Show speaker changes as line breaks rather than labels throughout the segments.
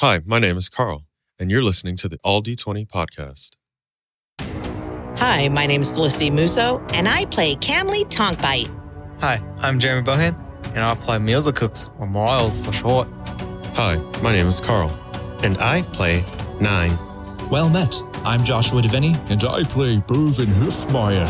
Hi, my name is Carl, and you're listening to the All D20 podcast.
Hi, my name is Felicity Musso, and I play Camly Tonkbite.
Hi, I'm Jeremy Bohan, and I play Meals of Cooks, or Miles for short.
Hi, my name is Carl, and I play Nine.
Well met. I'm Joshua Devaney, and I play Boven Hufmeyer.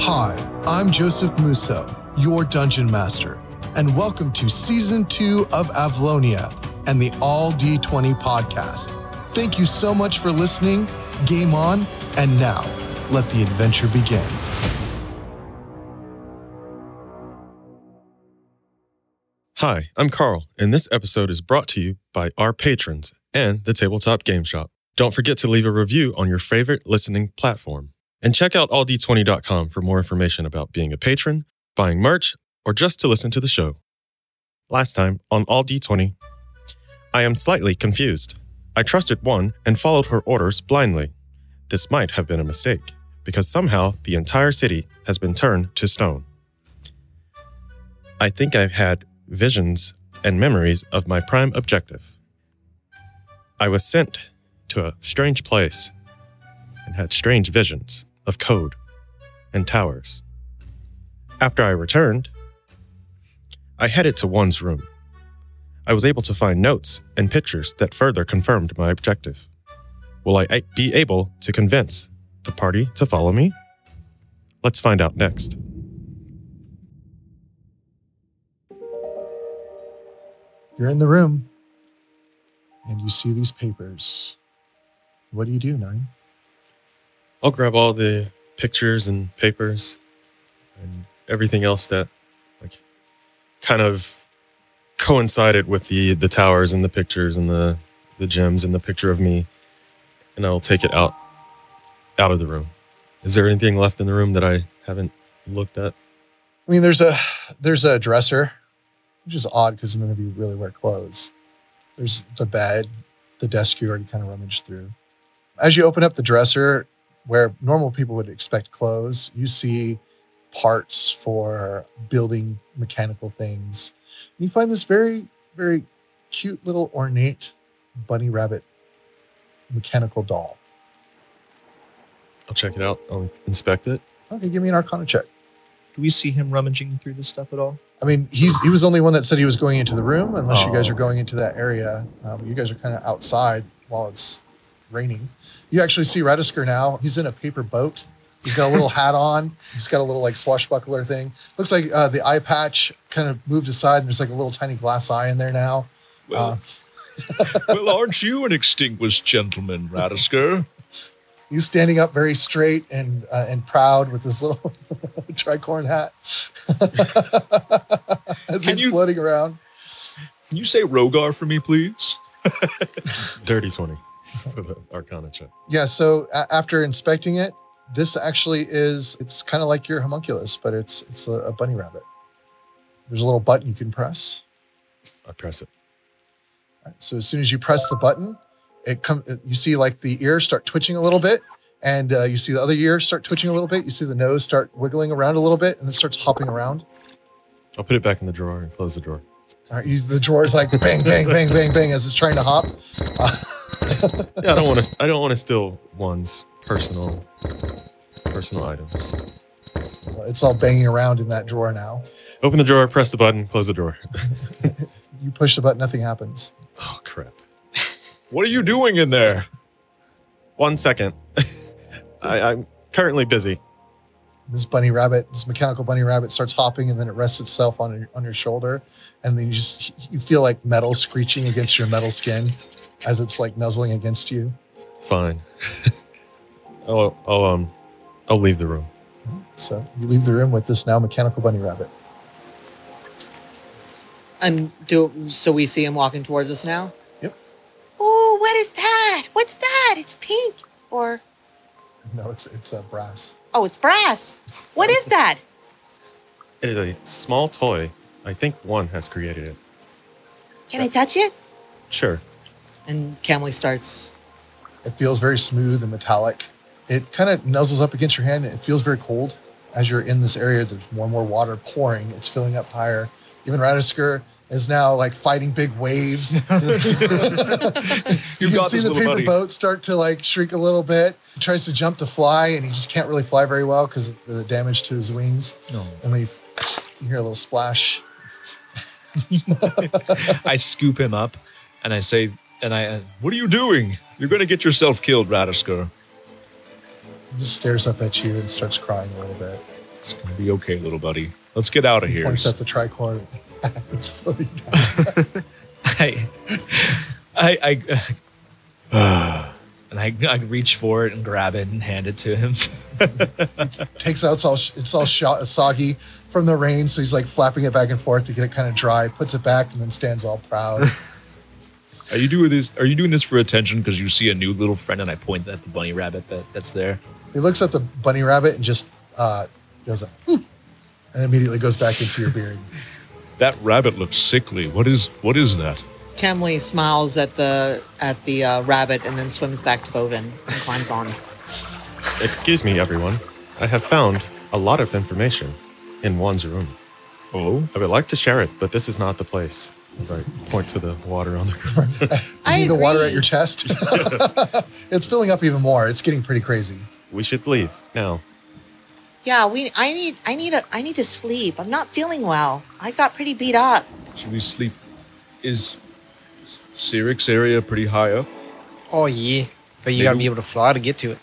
Hi, I'm Joseph Musso, your dungeon master, and welcome to season two of Avlonia and the All D20 podcast. Thank you so much for listening. Game on, and now let the adventure begin.
Hi, I'm Carl, and this episode is brought to you by our patrons and the Tabletop Game Shop. Don't forget to leave a review on your favorite listening platform. And check out alld20.com for more information about being a patron, buying merch, or just to listen to the show. Last time on All D20, I am slightly confused. I trusted one and followed her orders blindly. This might have been a mistake, because somehow the entire city has been turned to stone. I think I've had visions and memories of my prime objective. I was sent to a strange place and had strange visions of code and towers. After I returned, I headed to one's room. I was able to find notes and pictures that further confirmed my objective. Will I a- be able to convince the party to follow me? Let's find out next.
You're in the room, and you see these papers. What do you do, Nine?
I'll grab all the pictures and papers and everything else that like kind of coincided with the the towers and the pictures and the the gems and the picture of me and I'll take it out out of the room. Is there anything left in the room that I haven't looked at?
I mean, there's a there's a dresser, which is odd because none of you really wear clothes. There's the bed, the desk you already kind of rummaged through. As you open up the dresser, where normal people would expect clothes, you see parts for building mechanical things. You find this very, very cute little ornate bunny rabbit mechanical doll.
I'll check it out. I'll inspect it.
Okay, give me an Arcana check.
Do we see him rummaging through this stuff at all?
I mean, he's he was the only one that said he was going into the room. Unless you guys
Oh.
are going into that area, um, you guys are kind of outside while it's raining. You actually see Radisker now. He's in a paper boat. He's got a little hat on. He's got a little like swashbuckler thing. Looks like uh, the eye patch kind of moved aside, and there's like a little tiny glass eye in there now. Uh,
Ah.
well, aren't you an extinguished gentleman, Radisker?
he's standing up very straight and uh, and proud with his little tricorn hat as
Can
he's
you-
floating around.
Can you say Rogar for me, please?
Dirty 20 for the Arcana check.
Yeah. So a- after inspecting it, this actually is it's kind of like your homunculus, but it's it's a, a bunny rabbit. There's a little button you can press.
I press it.
All right, so as soon as you press the button, it come you see like the ears start twitching a little bit, and uh, you see the other ear start twitching a little bit. You see the nose start wiggling around a little bit, and it starts hopping around.
I'll put it back in the drawer and close the drawer.
All right, you, the drawer is like bang, bang, bang, bang, bang as it's trying to hop.
Yeah, I don't want to. I don't want to steal one's personal personal items.
It's all banging around in that drawer now.
Open the drawer, press the button, close the drawer.
You push the button, nothing happens.
Oh crap!
What are you doing in there?
One second. I, I'm currently busy.
this bunny rabbit, this mechanical bunny rabbit starts hopping and then it rests itself on your, on your shoulder. And then you just, you feel like metal screeching against your metal skin as it's like nuzzling against you.
Fine. I'll, I'll um, I'll leave the room.
So you leave the room with this now mechanical bunny rabbit.
And do so we see him walking towards us now.
Yep.
Oh, what is that? What's that? It's pink, or
No, it's, it's uh, brass.
oh, it's brass. What is that?
It is a small toy. I think one has created it.
Can I touch it?
Sure.
And Camly starts.
It feels very smooth and metallic. It kind of nuzzles up against your hand and it feels very cold. As you're in this area, there's more and more water pouring. It's filling up higher. Even Radisker, is now like fighting big waves. you
You've
can
got
see
this
the
little
paper
buddy.
boat start to like shrink a little bit. He tries to jump to fly, and he just can't really fly very well because of the damage to his wings.
No.
And they, you hear a little splash.
I scoop him up and I say, and I, uh, what are you doing? You're going to get yourself killed, Radisker.
He just stares up at you and starts crying a little bit.
It's going to be okay, little buddy. Let's get out of here.
Points at the tricorn that's floating down.
I, I, I and I, I reach for it and grab it and hand it to him.
Takes out it's all it's all shot, soggy from the rain, so he's like flapping it back and forth to get it kind of dry. Puts it back and then stands all proud.
Are you doing this? Are you doing this for attention? Because you see a new little friend, and I point at the bunny rabbit that, that's there.
He looks at the bunny rabbit and just uh, goes, "Hmm," and immediately goes back into your beard.
That rabbit looks sickly. What is what is that?
Kemley smiles at the at the uh, rabbit and then swims back to Bovin and climbs on.
Excuse me, everyone. I have found a lot of information in Juan's room.
Oh,
I would like to share it, but this is not the place. As I point to the water on the ground.
I
Need the
agree.
water at your chest. it's filling up even more. It's getting pretty crazy.
we should leave now.
Yeah, we. I need. I need a. I need to sleep. I'm not feeling well. I got pretty beat up.
should we sleep? Is Cyrix area pretty high up?
Oh yeah, but you gotta be able to fly to get to it.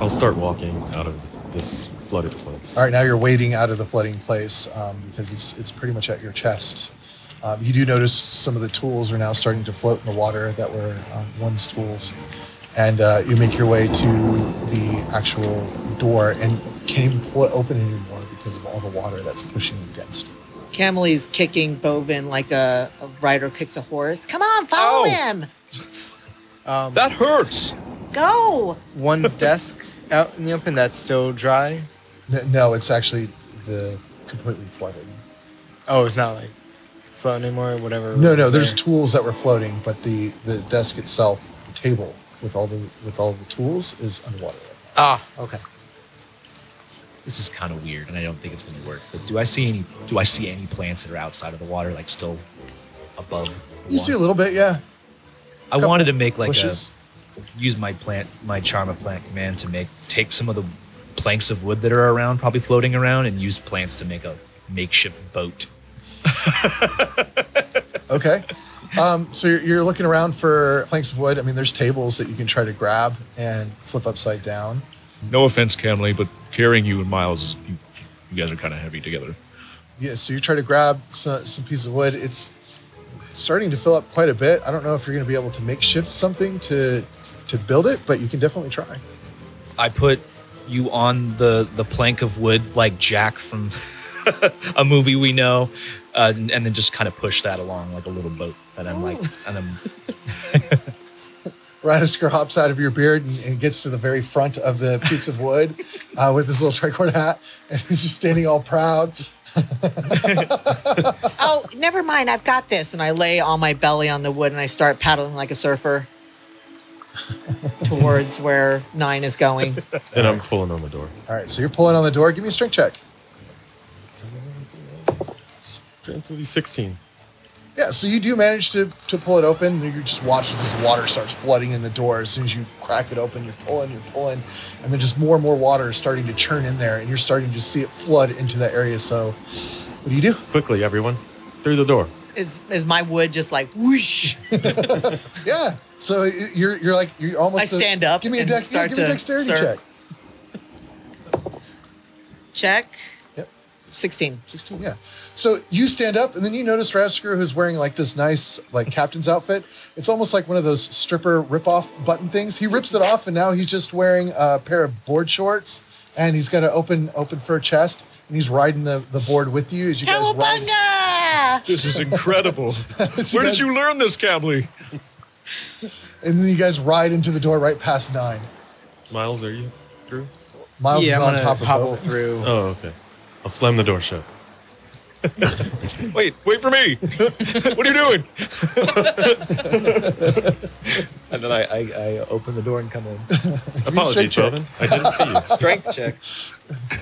I'll start walking out of this flooded place.
All right, now you're wading out of the flooding place um, because it's it's pretty much at your chest. Um, you do notice some of the tools are now starting to float in the water that were um, one's tools, and uh, you make your way to the actual door and can't even pull it open anymore because of all the water that's pushing against it.
Camely's kicking Bovin like a, a rider kicks a horse. Oh. Come on, follow
Ow.
him.
Um,
That hurts.
Go.
one's desk out in the open that's still dry.
N- No, it's actually the completely flooded.
Oh, it's not like floating anymore. Whatever.
No,
was
no, there's
there.
tools that were floating, but the the desk itself, the table with all the with all the tools is underwater.
ah, okay.
This is kind of weird, and I don't think it's going to work. But do I see any? Do I see any plants that are outside of the water, like still above? the
You see a
water?
little bit, yeah.
I wanted to make like
bushes.
a use my plant, my charm of plant command to make take some of the planks of wood that are around, probably floating around, and use plants to make a makeshift boat.
Okay. Um, so you're, you're looking around for planks of wood. I mean, there's tables that you can try to grab and flip upside down.
No offense, Camley, but carrying you and Miles, is, you, you guys are kind of heavy together.
Yeah. So you try to grab some, some piece of wood. It's starting to fill up quite a bit. I don't know if you're going to be able to make shift something to to build it, but you can definitely try.
I put you on the the plank of wood like Jack from a movie we know, uh, and, and then just kind of push that along like a little boat. And I'm like,
Oh.
and I'm
Radisker hops out of your beard and, and gets to the very front of the piece of wood uh, with his little tricorn hat, and he's just standing all proud.
Oh, never mind. I've got this. And I lay on my belly on the wood and I start paddling like a surfer towards where nine is going.
Then I'm pulling on the door.
All right, so you're pulling on the door. Give me a strength check.
16.
Yeah, so you do manage to, to pull it open. and You just watch as this water starts flooding in the door. As soon as you crack it open, you're pulling, you're pulling, and then just more and more water is starting to churn in there, and you're starting to see it flood into that area. So, what do you do?
Quickly, everyone. Through the door.
Is is my wood just like whoosh?
Yeah, so y- you're you're like you're almost.
I stand up
Give me a
and
dex. Yeah,
start
give me a
to
dexterity
surf.
check.
Check.
Yep.
16.
16, yeah. So you stand up, and then you notice Rasker, who's wearing like this nice like captain's outfit. It's almost like one of those stripper rip-off button things. He rips it off, and now he's just wearing a pair of board shorts, and he's got an open open fur chest, and he's riding the, the board with you as you guys ride.
Cowabunga!
This is incredible.
as
Where did
guys-
you learn this, Camley?
And then you guys ride into the door right past nine.
Miles, are you through?
Miles
yeah,
is
I'm
on
gonna
top of
hobble
Bowman.
through.
Oh, okay. I'll slam the door shut.
Wait, wait for me. what are you doing?
and then I, I I open the door and come in.
Apologies,
check.
Bovin. I didn't see you.
Strength check.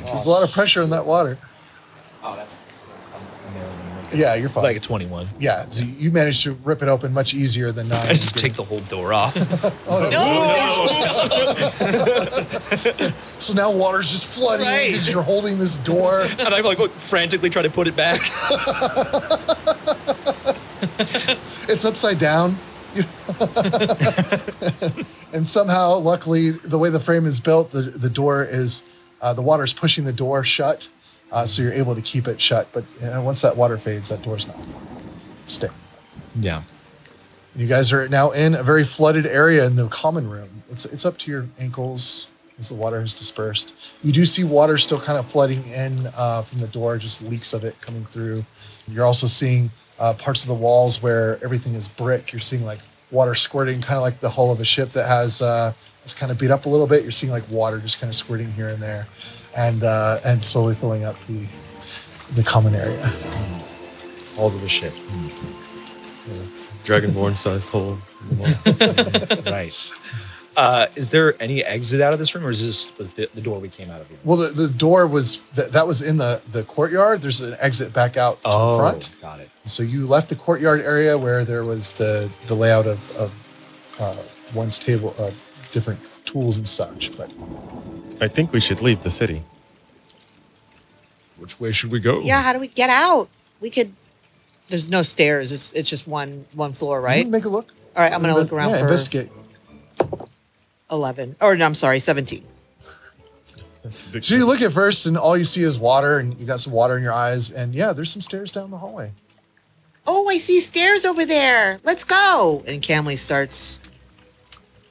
There's a lot of pressure in that water.
Oh, that's. I'm, I'm
Yeah, you're fine.
like a 21.
yeah, so you managed to rip it open much easier than nine.
I just take the whole door off.
Oh, that's-
No!
So now water's just flooding in
Right.
because you're holding this door.
and I'm like frantically trying to put it back.
It's upside down. you know? and somehow, luckily, the way the frame is built, the, the door is, uh, the water's pushing the door shut. Uh, so you're able to keep it shut. But uh, once that water fades, that door's not staying.
Yeah.
You guys are now in a very flooded area in the common room. It's it's up to your ankles as the water has dispersed. You do see water still kind of flooding in uh, from the door, just leaks of it coming through. You're also seeing uh, parts of the walls where everything is brick. You're seeing like water squirting, kind of like the hull of a ship that has uh, it's kind of beat up a little bit. You're seeing like water just kind of squirting here and there, and uh, and slowly filling up the the common area.
All of the ship.
Dragonborn sized hole. in the wall.
right. Uh, is there any exit out of this room, or is this was the, the door we came out of? Here?
Well, the, the door was th- that was in the the courtyard. There's an exit back out to
Oh.
the front.
Oh, got it.
So you left the courtyard area where there was the the layout of, of uh, one's table of different tools and such. But
I think we should leave the city.
Which way should we go?
yeah, how do we get out? We could. There's no stairs. It's it's just one one floor, right?
make a look.
All right, I'm gonna look
Inve-
around
Mm-hmm. yeah,
for
investigate.
eleven. Or no, I'm sorry, seventeen.
That's a big
So you look at first, and all you see is water, and you got some water in your eyes. And yeah, there's some stairs down the hallway.
Oh, I see stairs over there. Let's go. And Camley starts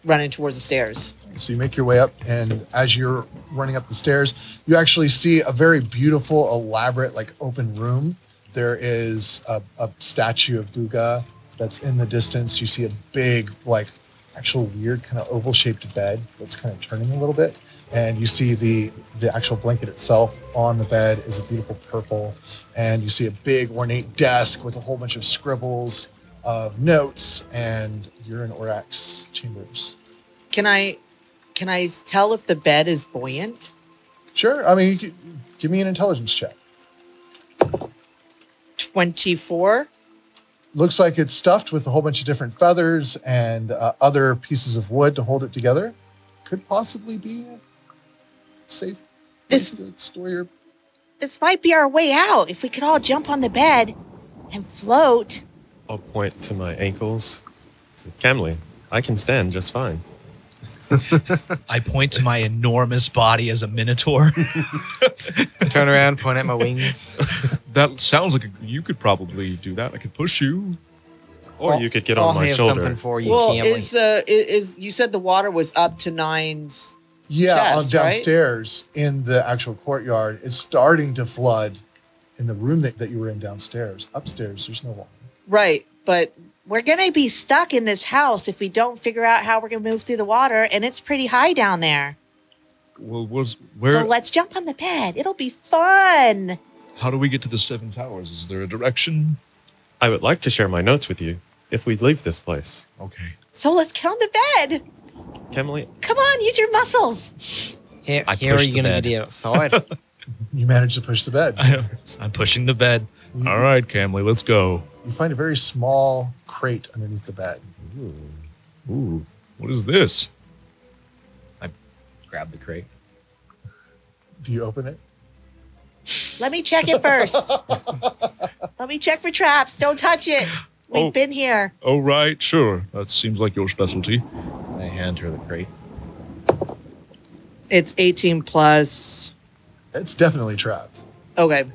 running towards the stairs.
So you make your way up, and as you're running up the stairs, you actually see a very beautiful, elaborate, like open room. There is a, a statue of Buga that's in the distance. You see a big, like, actual weird kind of oval shaped bed that's kind of turning a little bit. And you see the the actual blanket itself on the bed is a beautiful purple, and you see a big ornate desk with a whole bunch of scribbles of notes, and you're in Orax chambers.
Can I can I tell if the bed is buoyant?
Sure. I mean, you could, give me an intelligence check.
Twenty four.
Looks like it's stuffed with a whole bunch of different feathers and uh, other pieces of wood to hold it together. Could possibly be a safe. place
This-
to store your.
This might be our way out. If we could all jump on the bed and float.
I'll point to my ankles. Say, Camley, I can stand just fine.
I point to my enormous body as a minotaur.
Turn around, point at my wings.
That sounds like a, you could probably do that. I could push you.
Or
I'll-
you could get
I'll
on my
have
shoulder.
something for you,
well,
Camley.
is uh i- is you said the water was up to nines.
Yeah,
Chest,
on
right?
downstairs in the actual courtyard, it's starting to flood in the room that, that you were in downstairs. Upstairs, there's no water.
Right, but we're gonna be stuck in this house if we don't figure out how we're gonna move through the water, and it's pretty high down there.
Well, what's, where?
So let's jump on the bed. It'll be fun.
how do we get to the Seven Towers? Is there a direction?
I would like to share my notes with you if we leave this place.
Okay.
So let's get on the bed.
Camley,
Come on, use your muscles.
Here,
I
here are
pushed
you
the
gonna
bed.
get outside?
You managed to push the bed.
I, I'm pushing the bed.
You,
All right, Camley, let's go.
you find a very small crate underneath the bed.
Ooh, what is this?
Grab the crate.
Do you open it?
Let me check it first. Let me check for traps. Don't touch it. We've
Oh.
been here.
Oh, right, sure. That seems like your specialty. I hand her the crate.
It's 18 plus.
It's definitely trapped.
Okay.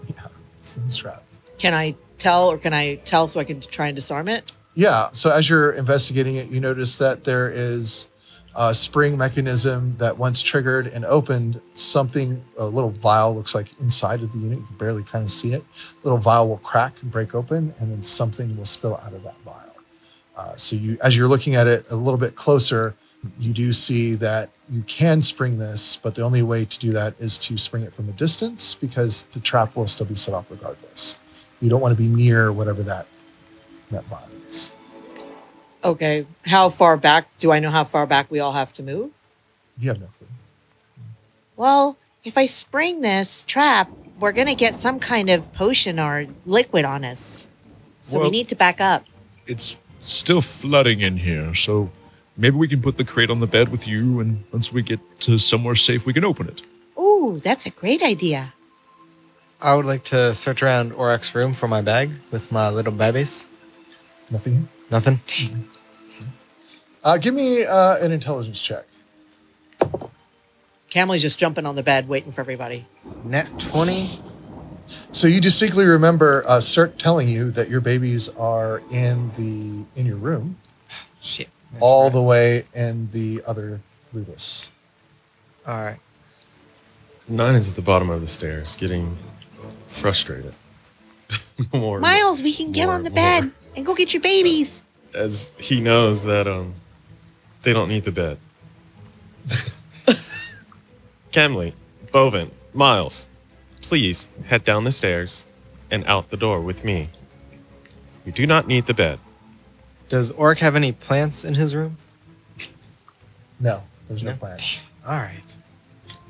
It's trapped.
Can I tell or can I tell so I can try and disarm it?
Yeah. So as you're investigating it, you notice that there is a spring mechanism that once triggered and opened, something, a little vial looks like inside of the unit. You can barely kind of see it. Little vial will crack and break open, and then something will spill out of that vial. Uh, so you, as you're looking at it a little bit closer, you do see that you can spring this, but the only way to do that is to spring it from a distance because the trap will still be set off regardless. You don't want to be near whatever that that vial is.
Okay. How far back? Do I know how far back we all have to move?
You have no clue.
Well, if I spring this trap, we're going to get some kind of potion or liquid on us. So we
Well-
need to back up.
It's still flooding in here, so maybe we can put the crate on the bed with you, and once we get to somewhere safe, we can open it.
Ooh, that's a great idea.
I would like to search around Orak's room for my bag with my little babies.
Nothing. here?
Nothing.
Uh, give me uh, an intelligence check.
Camelly's just jumping on the bed, waiting for everybody.
Net 20.
So you distinctly remember uh, Cirque telling you that your babies are in the in your room,
Shit. That's
all
right.
the way in the other ludus.
All right.
Nine is at the bottom of the stairs, getting frustrated. more
Miles, we can get
more-
on the bed
more.
and go get your babies.
as he knows that um, they don't need the bed. Camley, Bovin, Miles, please head down the stairs and out the door with me. You do not need the bed.
Does Orak have any plants in his room?
No, there's no,
No.
plan.
All right.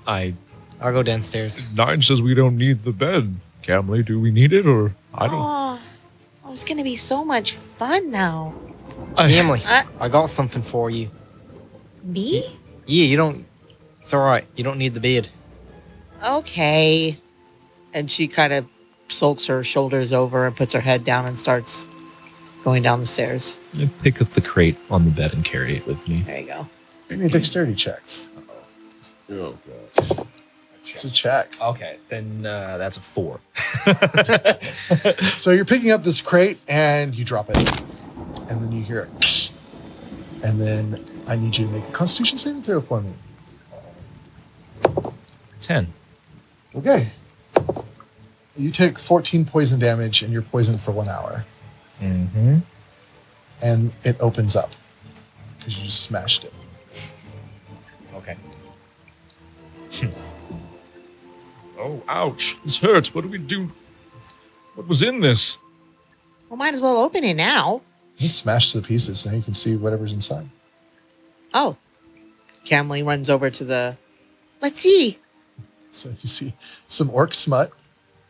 I
I'll go downstairs.
nine says we don't need the bed. Camley, do we need it or I don't?
Oh, it was going to be so much fun now.
I,
Family,
Uh.
I got something for you.
Me?
Yeah, you don't. It's all right. You don't need the bed.
Okay. And she kind of sulks her shoulders over and puts her head down and starts going down the stairs.
pick up the crate on the bed and carry it with me.
There you go.
Give me a dexterity check.
Oh, God.
It's a check.
Okay, then uh, that's a four.
So you're picking up this crate and you drop it, and then you hear it, and then I need you to make a Constitution saving throw for me.
Ten.
Okay. You take 14 poison damage and you're poisoned for one hour,
Mm-hmm.
and it opens up because you just smashed it.
Okay. oh, ouch! This hurts. What do we do? What was in this?
Well, might as well open it now.
You smashed to the pieces, now you can see whatever's inside.
Oh. Camley runs over to the. Let's see.
So you see some orc smut.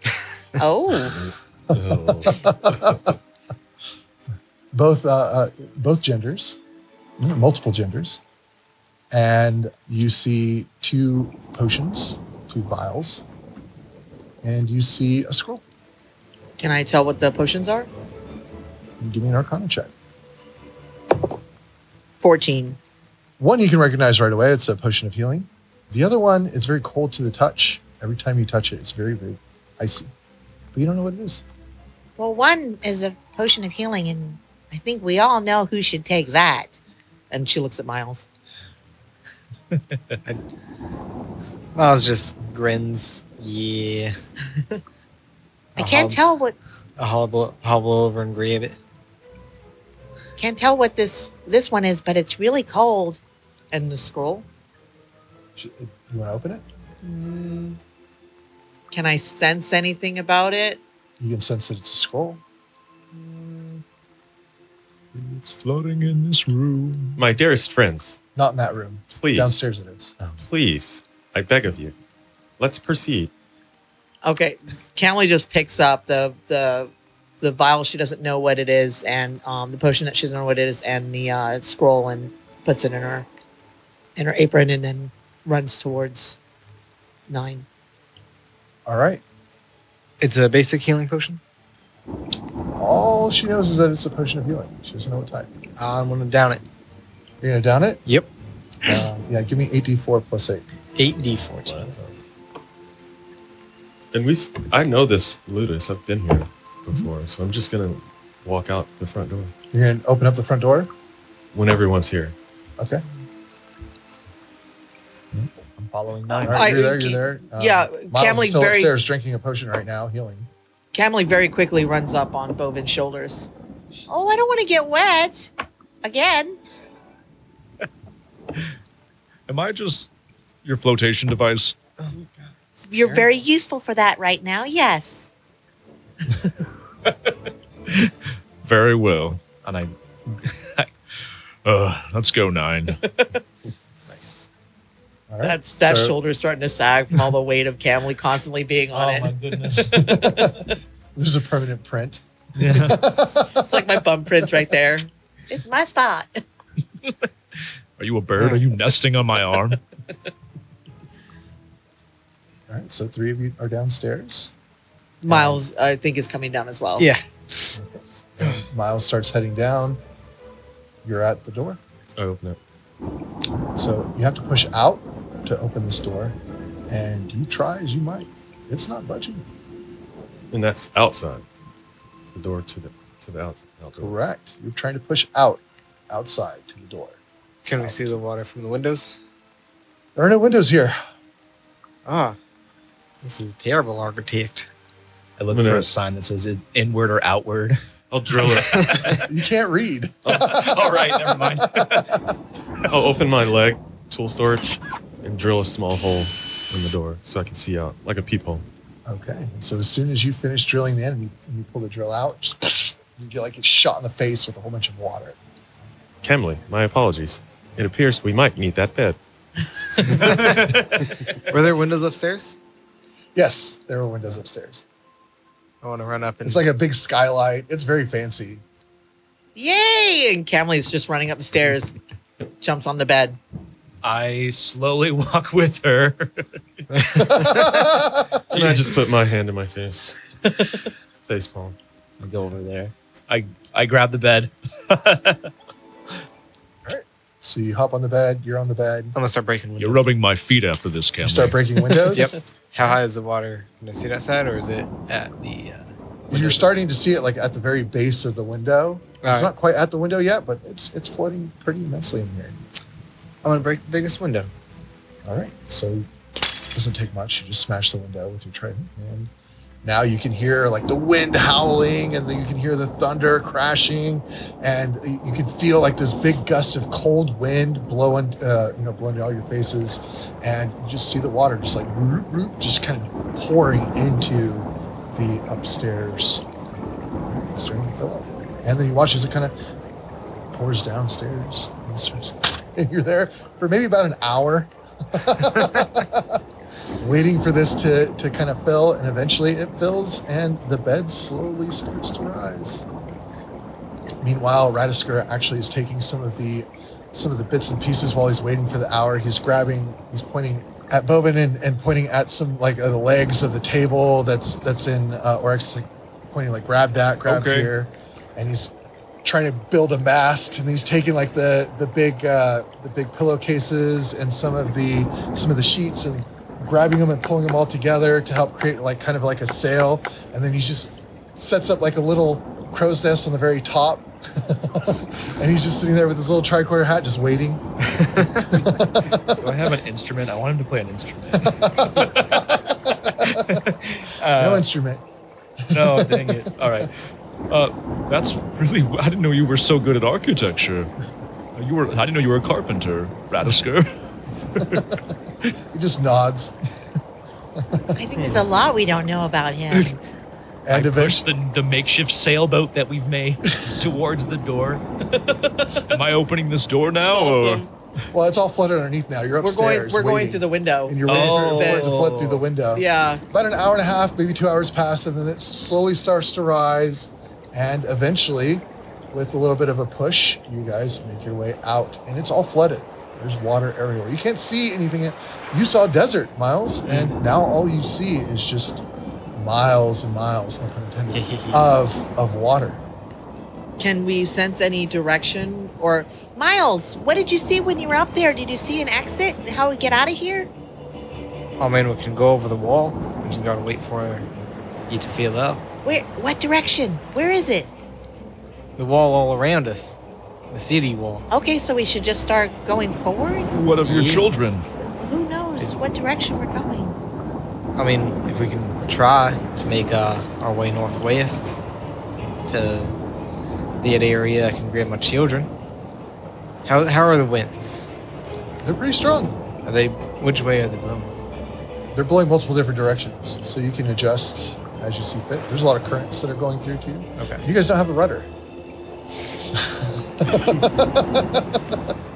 Oh.
both uh, uh, both genders, mm, multiple genders, and you see two potions, two vials, and you see a scroll.
Can I tell what the potions are?
Give me an Arcana check.
14.
One you can recognize right away. It's a potion of healing. The other one is very cold to the touch. Every time you touch it, it's very very icy, but you don't know what it is.
Well, one is a potion of healing, and I think we all know who should take that. And she looks at Miles.
Miles just grins. Yeah.
I can't tell what
I hobble, hobble over and grab it.
can't tell what this this one is, but it's really cold. And the scroll.
Sh- You want to open it?
Mm. Can I sense anything about it?
You can sense that it's a scroll.
Mm.
It's floating in this room.
My dearest friends,
Not in that room.
please, Oh.
Downstairs it is.
please, I beg of you, let's proceed.
Okay, Camley just picks up the the the vial she doesn't know what it is, and um, the potion that she doesn't know what it is, and the uh, scroll, and puts it in her in her apron, and then runs towards nine.
All right.
It's a basic healing potion.
All she knows is that it's a potion of healing. She doesn't know what type.
I'm gonna down it.
You're gonna down it?
Yep.
Uh, yeah, give me 8d4 plus 8.
Eight d4.
Wow. And we've, I know this Ludus. I've been here before, so I'm just gonna walk out the front door
You're gonna open up the front door?
when everyone's here.
Okay.
I'm following
All
nine.
right, you're
I-
there, you're there. Um,
yeah,
Miles
Camley
is still
very-
upstairs drinking a potion right now, healing.
Camley very quickly runs up on Bovin's shoulders. Oh, I don't want to get wet again.
Am I just your flotation device?
Oh, You're very useful for that right now. Yes.
Very well. And I. uh, let's go, Nine.
Nice.
All right.
That's that
So-
shoulder's starting to sag from all the weight of Camly constantly being
oh
on it.
goodness.
There's a permanent print.
yeah.
It's like my bum prints right there. It's my spot.
Are you a bird? Are you nesting on my arm?
All right. So three of you are downstairs.
Miles, I think, is coming down as well.
Yeah.
Miles starts heading down. You're at the door.
I open it.
So you have to push out to open this door. And you try as you might. It's not budging.
And that's outside. The door to the to the outside.
Correct. You're trying to push out outside to the door.
Can we see the water from the windows?
There are no windows here.
Ah, this is a terrible architect.
I look
I'm
for
gonna-
a sign that says it inward or outward.
I'll drill it.
You can't read.
All right, never mind.
I'll open my leg tool storage and drill a small hole in the door so I can see out like a peephole.
Okay. So as soon as you finish drilling the end and you, and you pull the drill out, just you get like it's shot in the face with a whole bunch of water.
Camley, my apologies. It appears we might need that bed.
Were there windows upstairs?
Yes, there are windows upstairs.
I want to run up and
It's like a big skylight. It's very fancy.
Yay! And Camly's just running up the stairs, jumps on the bed.
I slowly walk with her.
And I just put my hand in my face. face palm.
I go over there. I I grab the bed.
So you hop on the bed. You're on the bed.
I'm gonna start breaking windows.
You're rubbing my feet after this,
You
Cam.
start breaking windows.
Yep. How high is the water? Can I see that side, or is it at the? Uh,
You're starting to see it like at the very base of the
All
window.
right.
It's not quite at the window yet, but it's it's flooding pretty immensely in here.
I'm gonna break the biggest window.
All right. So it doesn't take much. You just smash the window with your trident. And now you can hear like the wind howling and then you can hear the thunder crashing and you you can feel like this big gust of cold wind blowing, uh, you know, blowing to all your faces. And you just see the water just like whoop, whoop, just kind of pouring into the upstairs. It's starting to fill up. And then you watch as it kind of pours downstairs and starts. And you're there for maybe about an hour waiting for this to, to kind of fill, and eventually it fills, and the bed slowly starts to rise. Meanwhile, Radisker actually is taking some of the some of the bits and pieces while he's waiting for the hour. He's grabbing, he's pointing at Bovin and, and pointing at some like uh, the legs of the table that's that's in uh, Oryx, like pointing like grab that, grab
Okay.
here, and he's trying to build a mast and he's taking like the the big uh, the big pillowcases and some of the some of the sheets and grabbing them and pulling them all together to help create like kind of like a sail and then he just sets up like a little crow's nest on the very top and he's just sitting there with his little tricorder hat just waiting
Do I have an instrument? I want him to play an instrument.
no
Uh,
instrument
no, dang it. All right.
Uh, that's really. I didn't know you were so good at architecture. You were. I didn't know you were a carpenter, Radisker.
he just nods
I think there's a lot we don't know about him.
and
I push
eventually
the, the makeshift sailboat that we've made towards the door. Am I opening this door now? Or?
well it's all flooded underneath now you're
we're going.
upstairs
We're going
waiting.
through the window.
and you're waiting
Oh.
for, for it to flood through the window
yeah.
about an hour and a half, maybe two hours pass, and then it slowly starts to rise. And eventually, with a little bit of a push, you guys make your way out. And it's all flooded. There's water everywhere. You can't see anything. You saw desert, Miles, and now all you see is just miles and miles, no pun intended, of, of water.
Can we sense any direction or Miles? What did you see when you were up there? Did you see an exit? How we get out of here?
Oh man, we can go over the wall. We just gotta wait for you to fill up.
Where? What direction? Where is it?
The wall all around us, the city wall.
Okay, so we should just start going forward.
What of your
Yeah.
children?
Who knows what direction we're going?
I mean, if we can try to make uh, our way northwest to that area, I can grab my children. How, how are the winds?
They're pretty strong.
Are they which way are they blowing?
They're blowing multiple different directions, so you can adjust as you see fit. There's a lot of currents that are going through too.
Okay.
You guys don't have a rudder.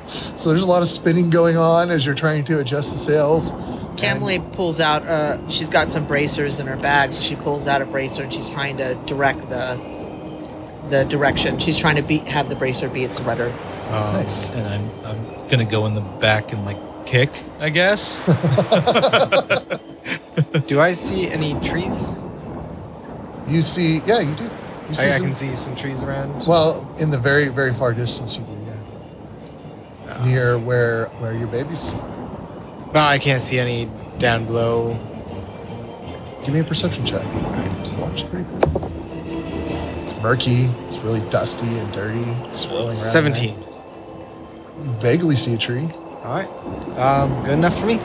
So there's a lot of spinning going on as you're trying to adjust the sails.
Camely pulls out. Uh, she's got some bracers in her bag, so she pulls out a bracer and she's trying to direct the the direction. She's trying to be have the bracer be its rudder.
Um,
Nice.
and I'm, I'm gonna go in the back and like kick, I guess.
Do I see any trees?
You see, yeah, you do. You see
I, Oh, I
some-
can see some trees around.
Well, in the very, very far distance, you do, yeah. Near where where your baby's. sitting.
No, I can't see any down below.
Give me a perception check. Looks pretty cool. It's murky. It's really dusty and dirty. Swirling around. in there.
17.
You vaguely see a tree.
All right. Um, good enough for me.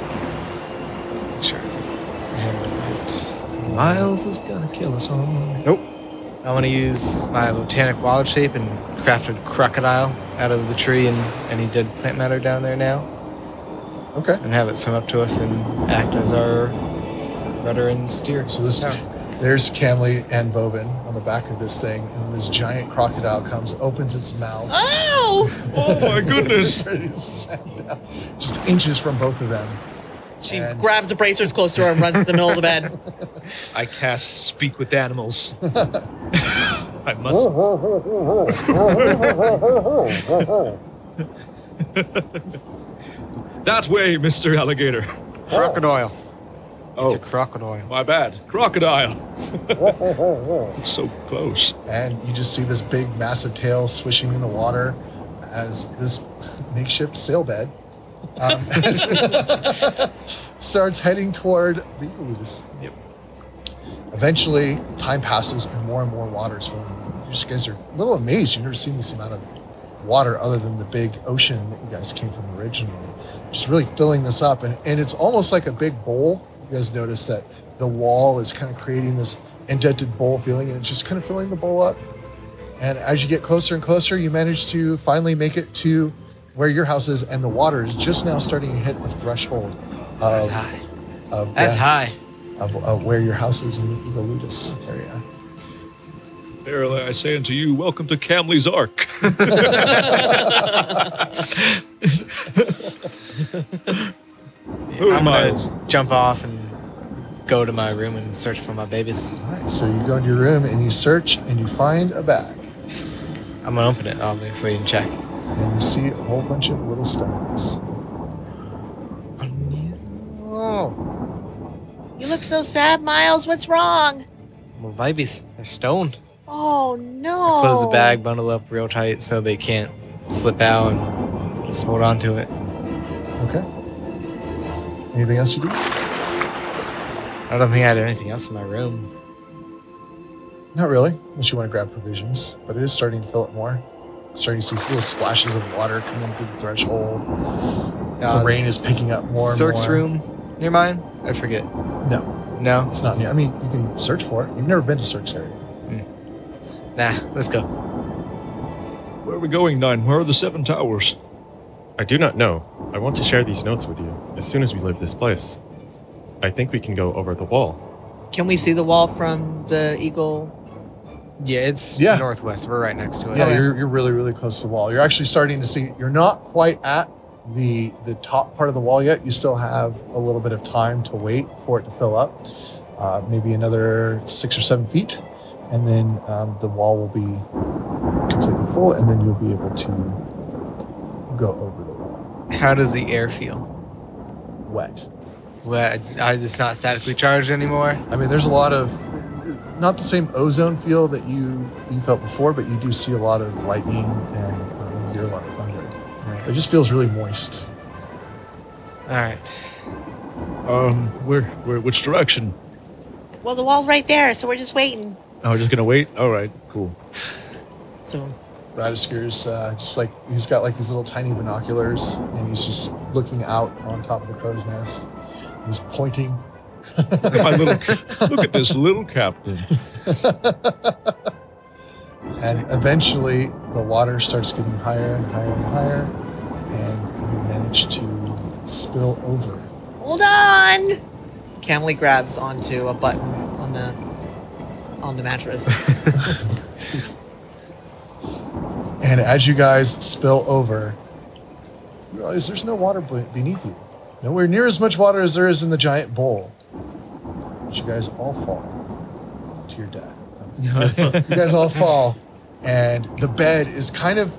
Sure. I have it out.
Miles is gonna kill us all.
Nope. I want to use my botanic wild shape and craft a crocodile out of the tree and any dead plant matter down there now,
Okay.
and have it swim up to us and act as our rudder and steer.
So this, there's Camley and Bobin on the back of this thing, and then this giant crocodile comes, opens its mouth.
Oh,
Oh my goodness!
ready to stand up, Just inches from both of them.
she
And-
grabs the bracers close to her and runs to the middle of the bed.
I cast speak with animals. I must.
Crocodile
That way, Mr. Alligator.
Crocodile. It's
Oh,
a crocodile.
my bad. Crocodile. So close.
and you just see this big, massive tail swishing in the water as this makeshift sailbed um, starts heading toward the Evolutus.
Yep.
Eventually, time passes and more and more water is flowing. You just guys are a little amazed. You've never seen this amount of water other than the big ocean that you guys came from originally. Just really filling this up, and, and it's almost like a big bowl. You guys notice that the wall is kind of creating this indented bowl feeling, and it's just kind of filling the bowl up. And as you get closer and closer, you manage to finally make it to where your house is, and the water is just now starting to hit the threshold
That's
of,
high.
of,
That's
yeah,
high.
of, of where your house is in the Evolutus area.
Verily, I say unto you, welcome to Camley's Ark.
I'm
Miles.
gonna jump off and go to my room and search for my babies.
So you go into your room and you search and you find a bag
Yes. I'm gonna open it obviously and check.
and you see a whole bunch of little stones.
Oh,
You look so sad, Miles. What's wrong?
my babies. They're stoned.
Oh no!
I close the bag, bundle up real tight so they can't slip out and just hold on to it.
Okay. Anything else you do?
I don't think I had anything else in my room.
Not really, unless you want to grab provisions. But it is starting to fill up more. Starting to see little splashes of water coming through the threshold. the
Uh,
rain is picking up more. and
Cirque's
more.
room near mine? I forget.
No,
No?
it's not. I mean, you can search for it. You've never been to Cirque's area.
Nah, let's go.
Where are we going, Nine? Where are the Seven Towers?
I do not know. I want to share these notes with you as soon as we leave this place. I think we can go over the wall.
Can we see the wall from the eagle?
Yeah, it's
Yeah.
northwest. We're right next to it.
Yeah, you're, you're really, really close to the wall. You're actually starting to see. You're not quite at the the top part of the wall yet. You still have a little bit of time to wait for it to fill up. Uh, maybe another six or seven feet, and then um, the wall will be completely full, and then you'll be able to go over the wall.
How does the air feel?
Wet.
Well, it's, I- it's not statically charged anymore.
I mean, there's a lot of not the same ozone feel that you you felt before, but you do see a lot of lightning and um, you a lot of thunder. It just feels really moist.
All right.
Um, where, where, which direction?
Well, the wall's right there, so we're just waiting.
Oh, we're just gonna wait. All right, cool.
So
Radisker's uh, just like he's got like these little tiny binoculars, and he's just looking out on top of the crow's nest. He's pointing.
My little, look at this little captain.
And eventually, the water starts getting higher and higher and higher, and you manage to spill over.
hold on. Camely grabs onto a button on the on the mattress.
And as you guys spill over, You realize there's no water be- beneath you. Nowhere near as much water as there is in the giant bowl. But you guys all fall to your death. you guys all fall, and the bed is kind of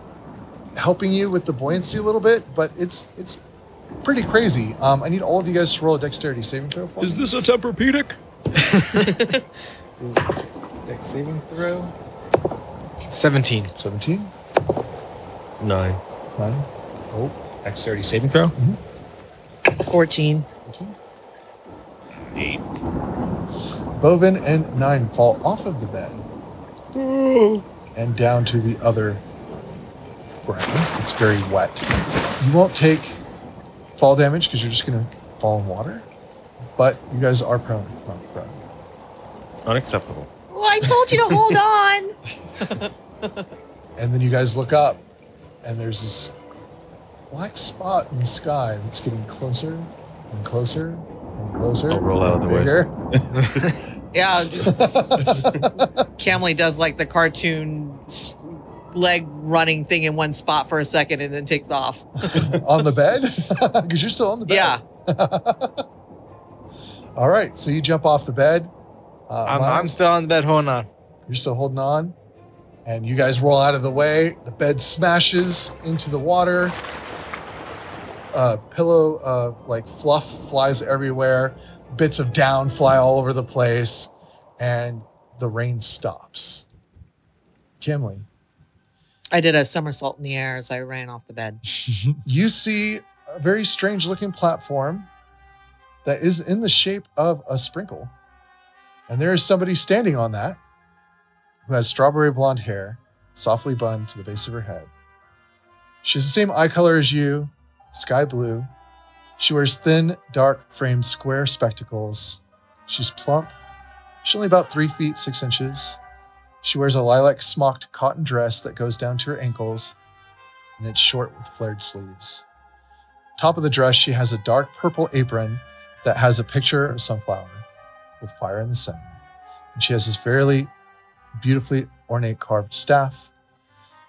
helping you with the buoyancy a little bit, but it's it's pretty crazy. Um, I need all of you guys to roll a dexterity saving throw for me.
Is this a temperpedic?
Dex saving throw.
17.
17?
Nine.
9? oh,
Dexterity saving throw.
14.
14? Bovin and Nine fall off of the bed and down to the other ground. It's very wet. You won't take fall damage because you're just going to fall in water, but you guys are prone. prone, prone.
Unacceptable.
Well, I told you to hold on.
And then you guys look up, and there's this black spot in the sky that's getting closer and closer and closer.
I'll roll out of Oh, the way.
Yeah,
way.
Camley does like the cartoon s- leg running thing in one spot for a second and then takes off.
on the bed? Because you're still on the bed.
Yeah.
All right. So you jump off the bed. Uh,
I'm, I'm
Miles,
still on the bed. Hold on.
you're still holding on. And you guys roll out of the way. The bed smashes into the water. Uh, pillow, uh, like fluff, flies everywhere. Bits of down fly all over the place. And the rain stops. Kimley,
I did a somersault in the air as I ran off the bed.
you see a very strange looking platform that is in the shape of a sprinkle. And there is somebody standing on that who has strawberry blonde hair, softly bunned to the base of her head. She's the same eye color as you, sky blue. She wears thin, dark framed square spectacles. She's plump. She's only about three feet, six inches. She wears a lilac smocked cotton dress that goes down to her ankles and it's short with flared sleeves. Top of the dress, she has a dark purple apron that has a picture of sunflower with fire in the center. And she has this fairly beautifully ornate carved staff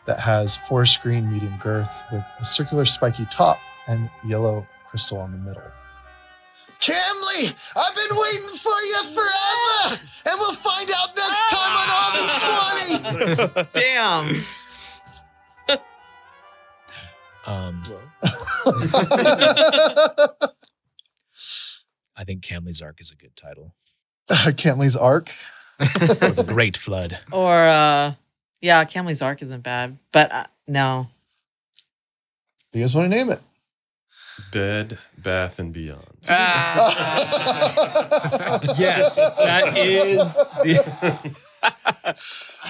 that has forest green medium girth with a circular spiky top and yellow crystal on the middle. Camley, I've been waiting for you forever, and we'll find out next time on All 20.
Damn.
Um, I think Camley's Ark is a good title.
Camley's arc.
Or the Great Flood.
Or, uh, yeah, Camley's Ark isn't bad, but uh, no.
Do you guys want to name it?
Bed, bath, and beyond.
Ah.
Yes, that is.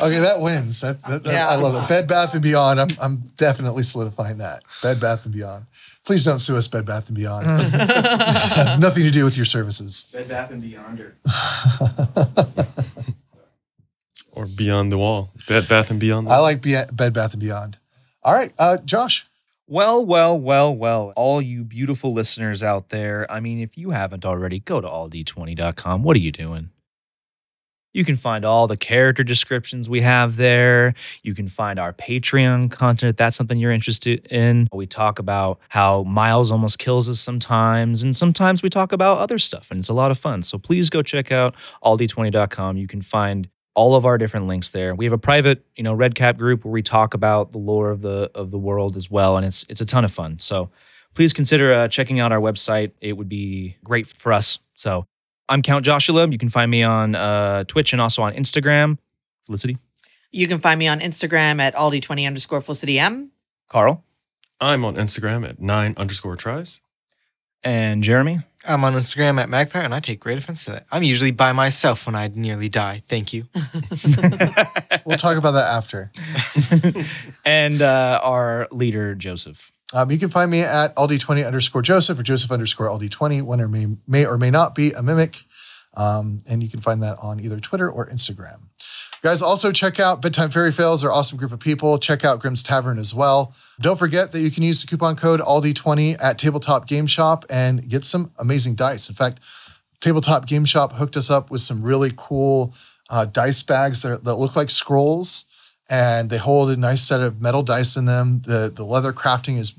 Okay, that wins. That, that, that-
Yeah.
I love it. Bed Bath and Beyond. I'm, I'm definitely solidifying that. Bed Bath and Beyond. Please don't sue us, Bed Bath and Beyond. it has nothing to do with your services.
Bed Bath and Beyond. Or-
Or beyond the wall. Bed, bath, and beyond. The
I
wall.
like Be- Bed Bath and Beyond. All right, uh, Josh.
Well, well, well, well, all you beautiful listeners out there. I mean, if you haven't already, go to alld20.com. What are you doing? You can find all the character descriptions we have there. You can find our Patreon content if that's something you're interested in. We talk about how Miles almost kills us sometimes, and sometimes we talk about other stuff, and it's a lot of fun. So please go check out aldi20.com. You can find all of our different links there. We have a private, you know, red cap group where we talk about the lore of the of the world as well, and it's it's a ton of fun. So please consider uh, checking out our website. It would be great for us. So I'm Count Joshua. You can find me on uh, Twitch and also on Instagram. Felicity,
You can find me on Instagram at Aldi20 underscore Felicity M.
Carl,
I'm on Instagram at nine underscore tries.
and Jeremy.
I'm on Instagram at Magpire, and I take great offense to that. I'm usually by myself when I nearly die. Thank you.
We'll talk about that after.
and uh, our leader, Joseph.
Um, you can find me at Aldi20 underscore Joseph or Joseph underscore Aldi20. Winner may, may or may not be a mimic. Um, and you can find that on either Twitter or Instagram. Guys, also check out Bedtime Fairy Tales. They're an awesome group of people. Check out Grimm's Tavern as well. Don't forget that you can use the coupon code ALDI20 at Tabletop Game Shop and get some amazing dice. In fact, Tabletop Game Shop hooked us up with some really cool uh, dice bags that, are, that look like scrolls and they hold a nice set of metal dice in them. The, the leather crafting is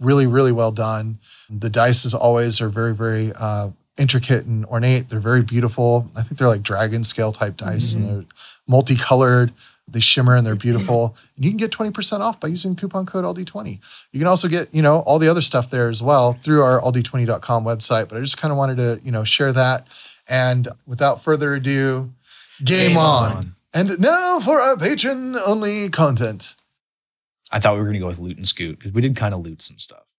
really, really well done. The dice, as always, are very, very uh, intricate and ornate. They're very beautiful. I think they're like dragon scale type dice and they're multicolored. They shimmer and they're beautiful. And you can get 20% off by using coupon code ALD20. You can also get, you know, all the other stuff there as well through our ALD20.com website. But I just kind of wanted to, you know, share that. And without further ado, game,
Game
on.
on.
And now for our patron only content.
I thought we were gonna go with loot and scoot because we did kind of loot some stuff.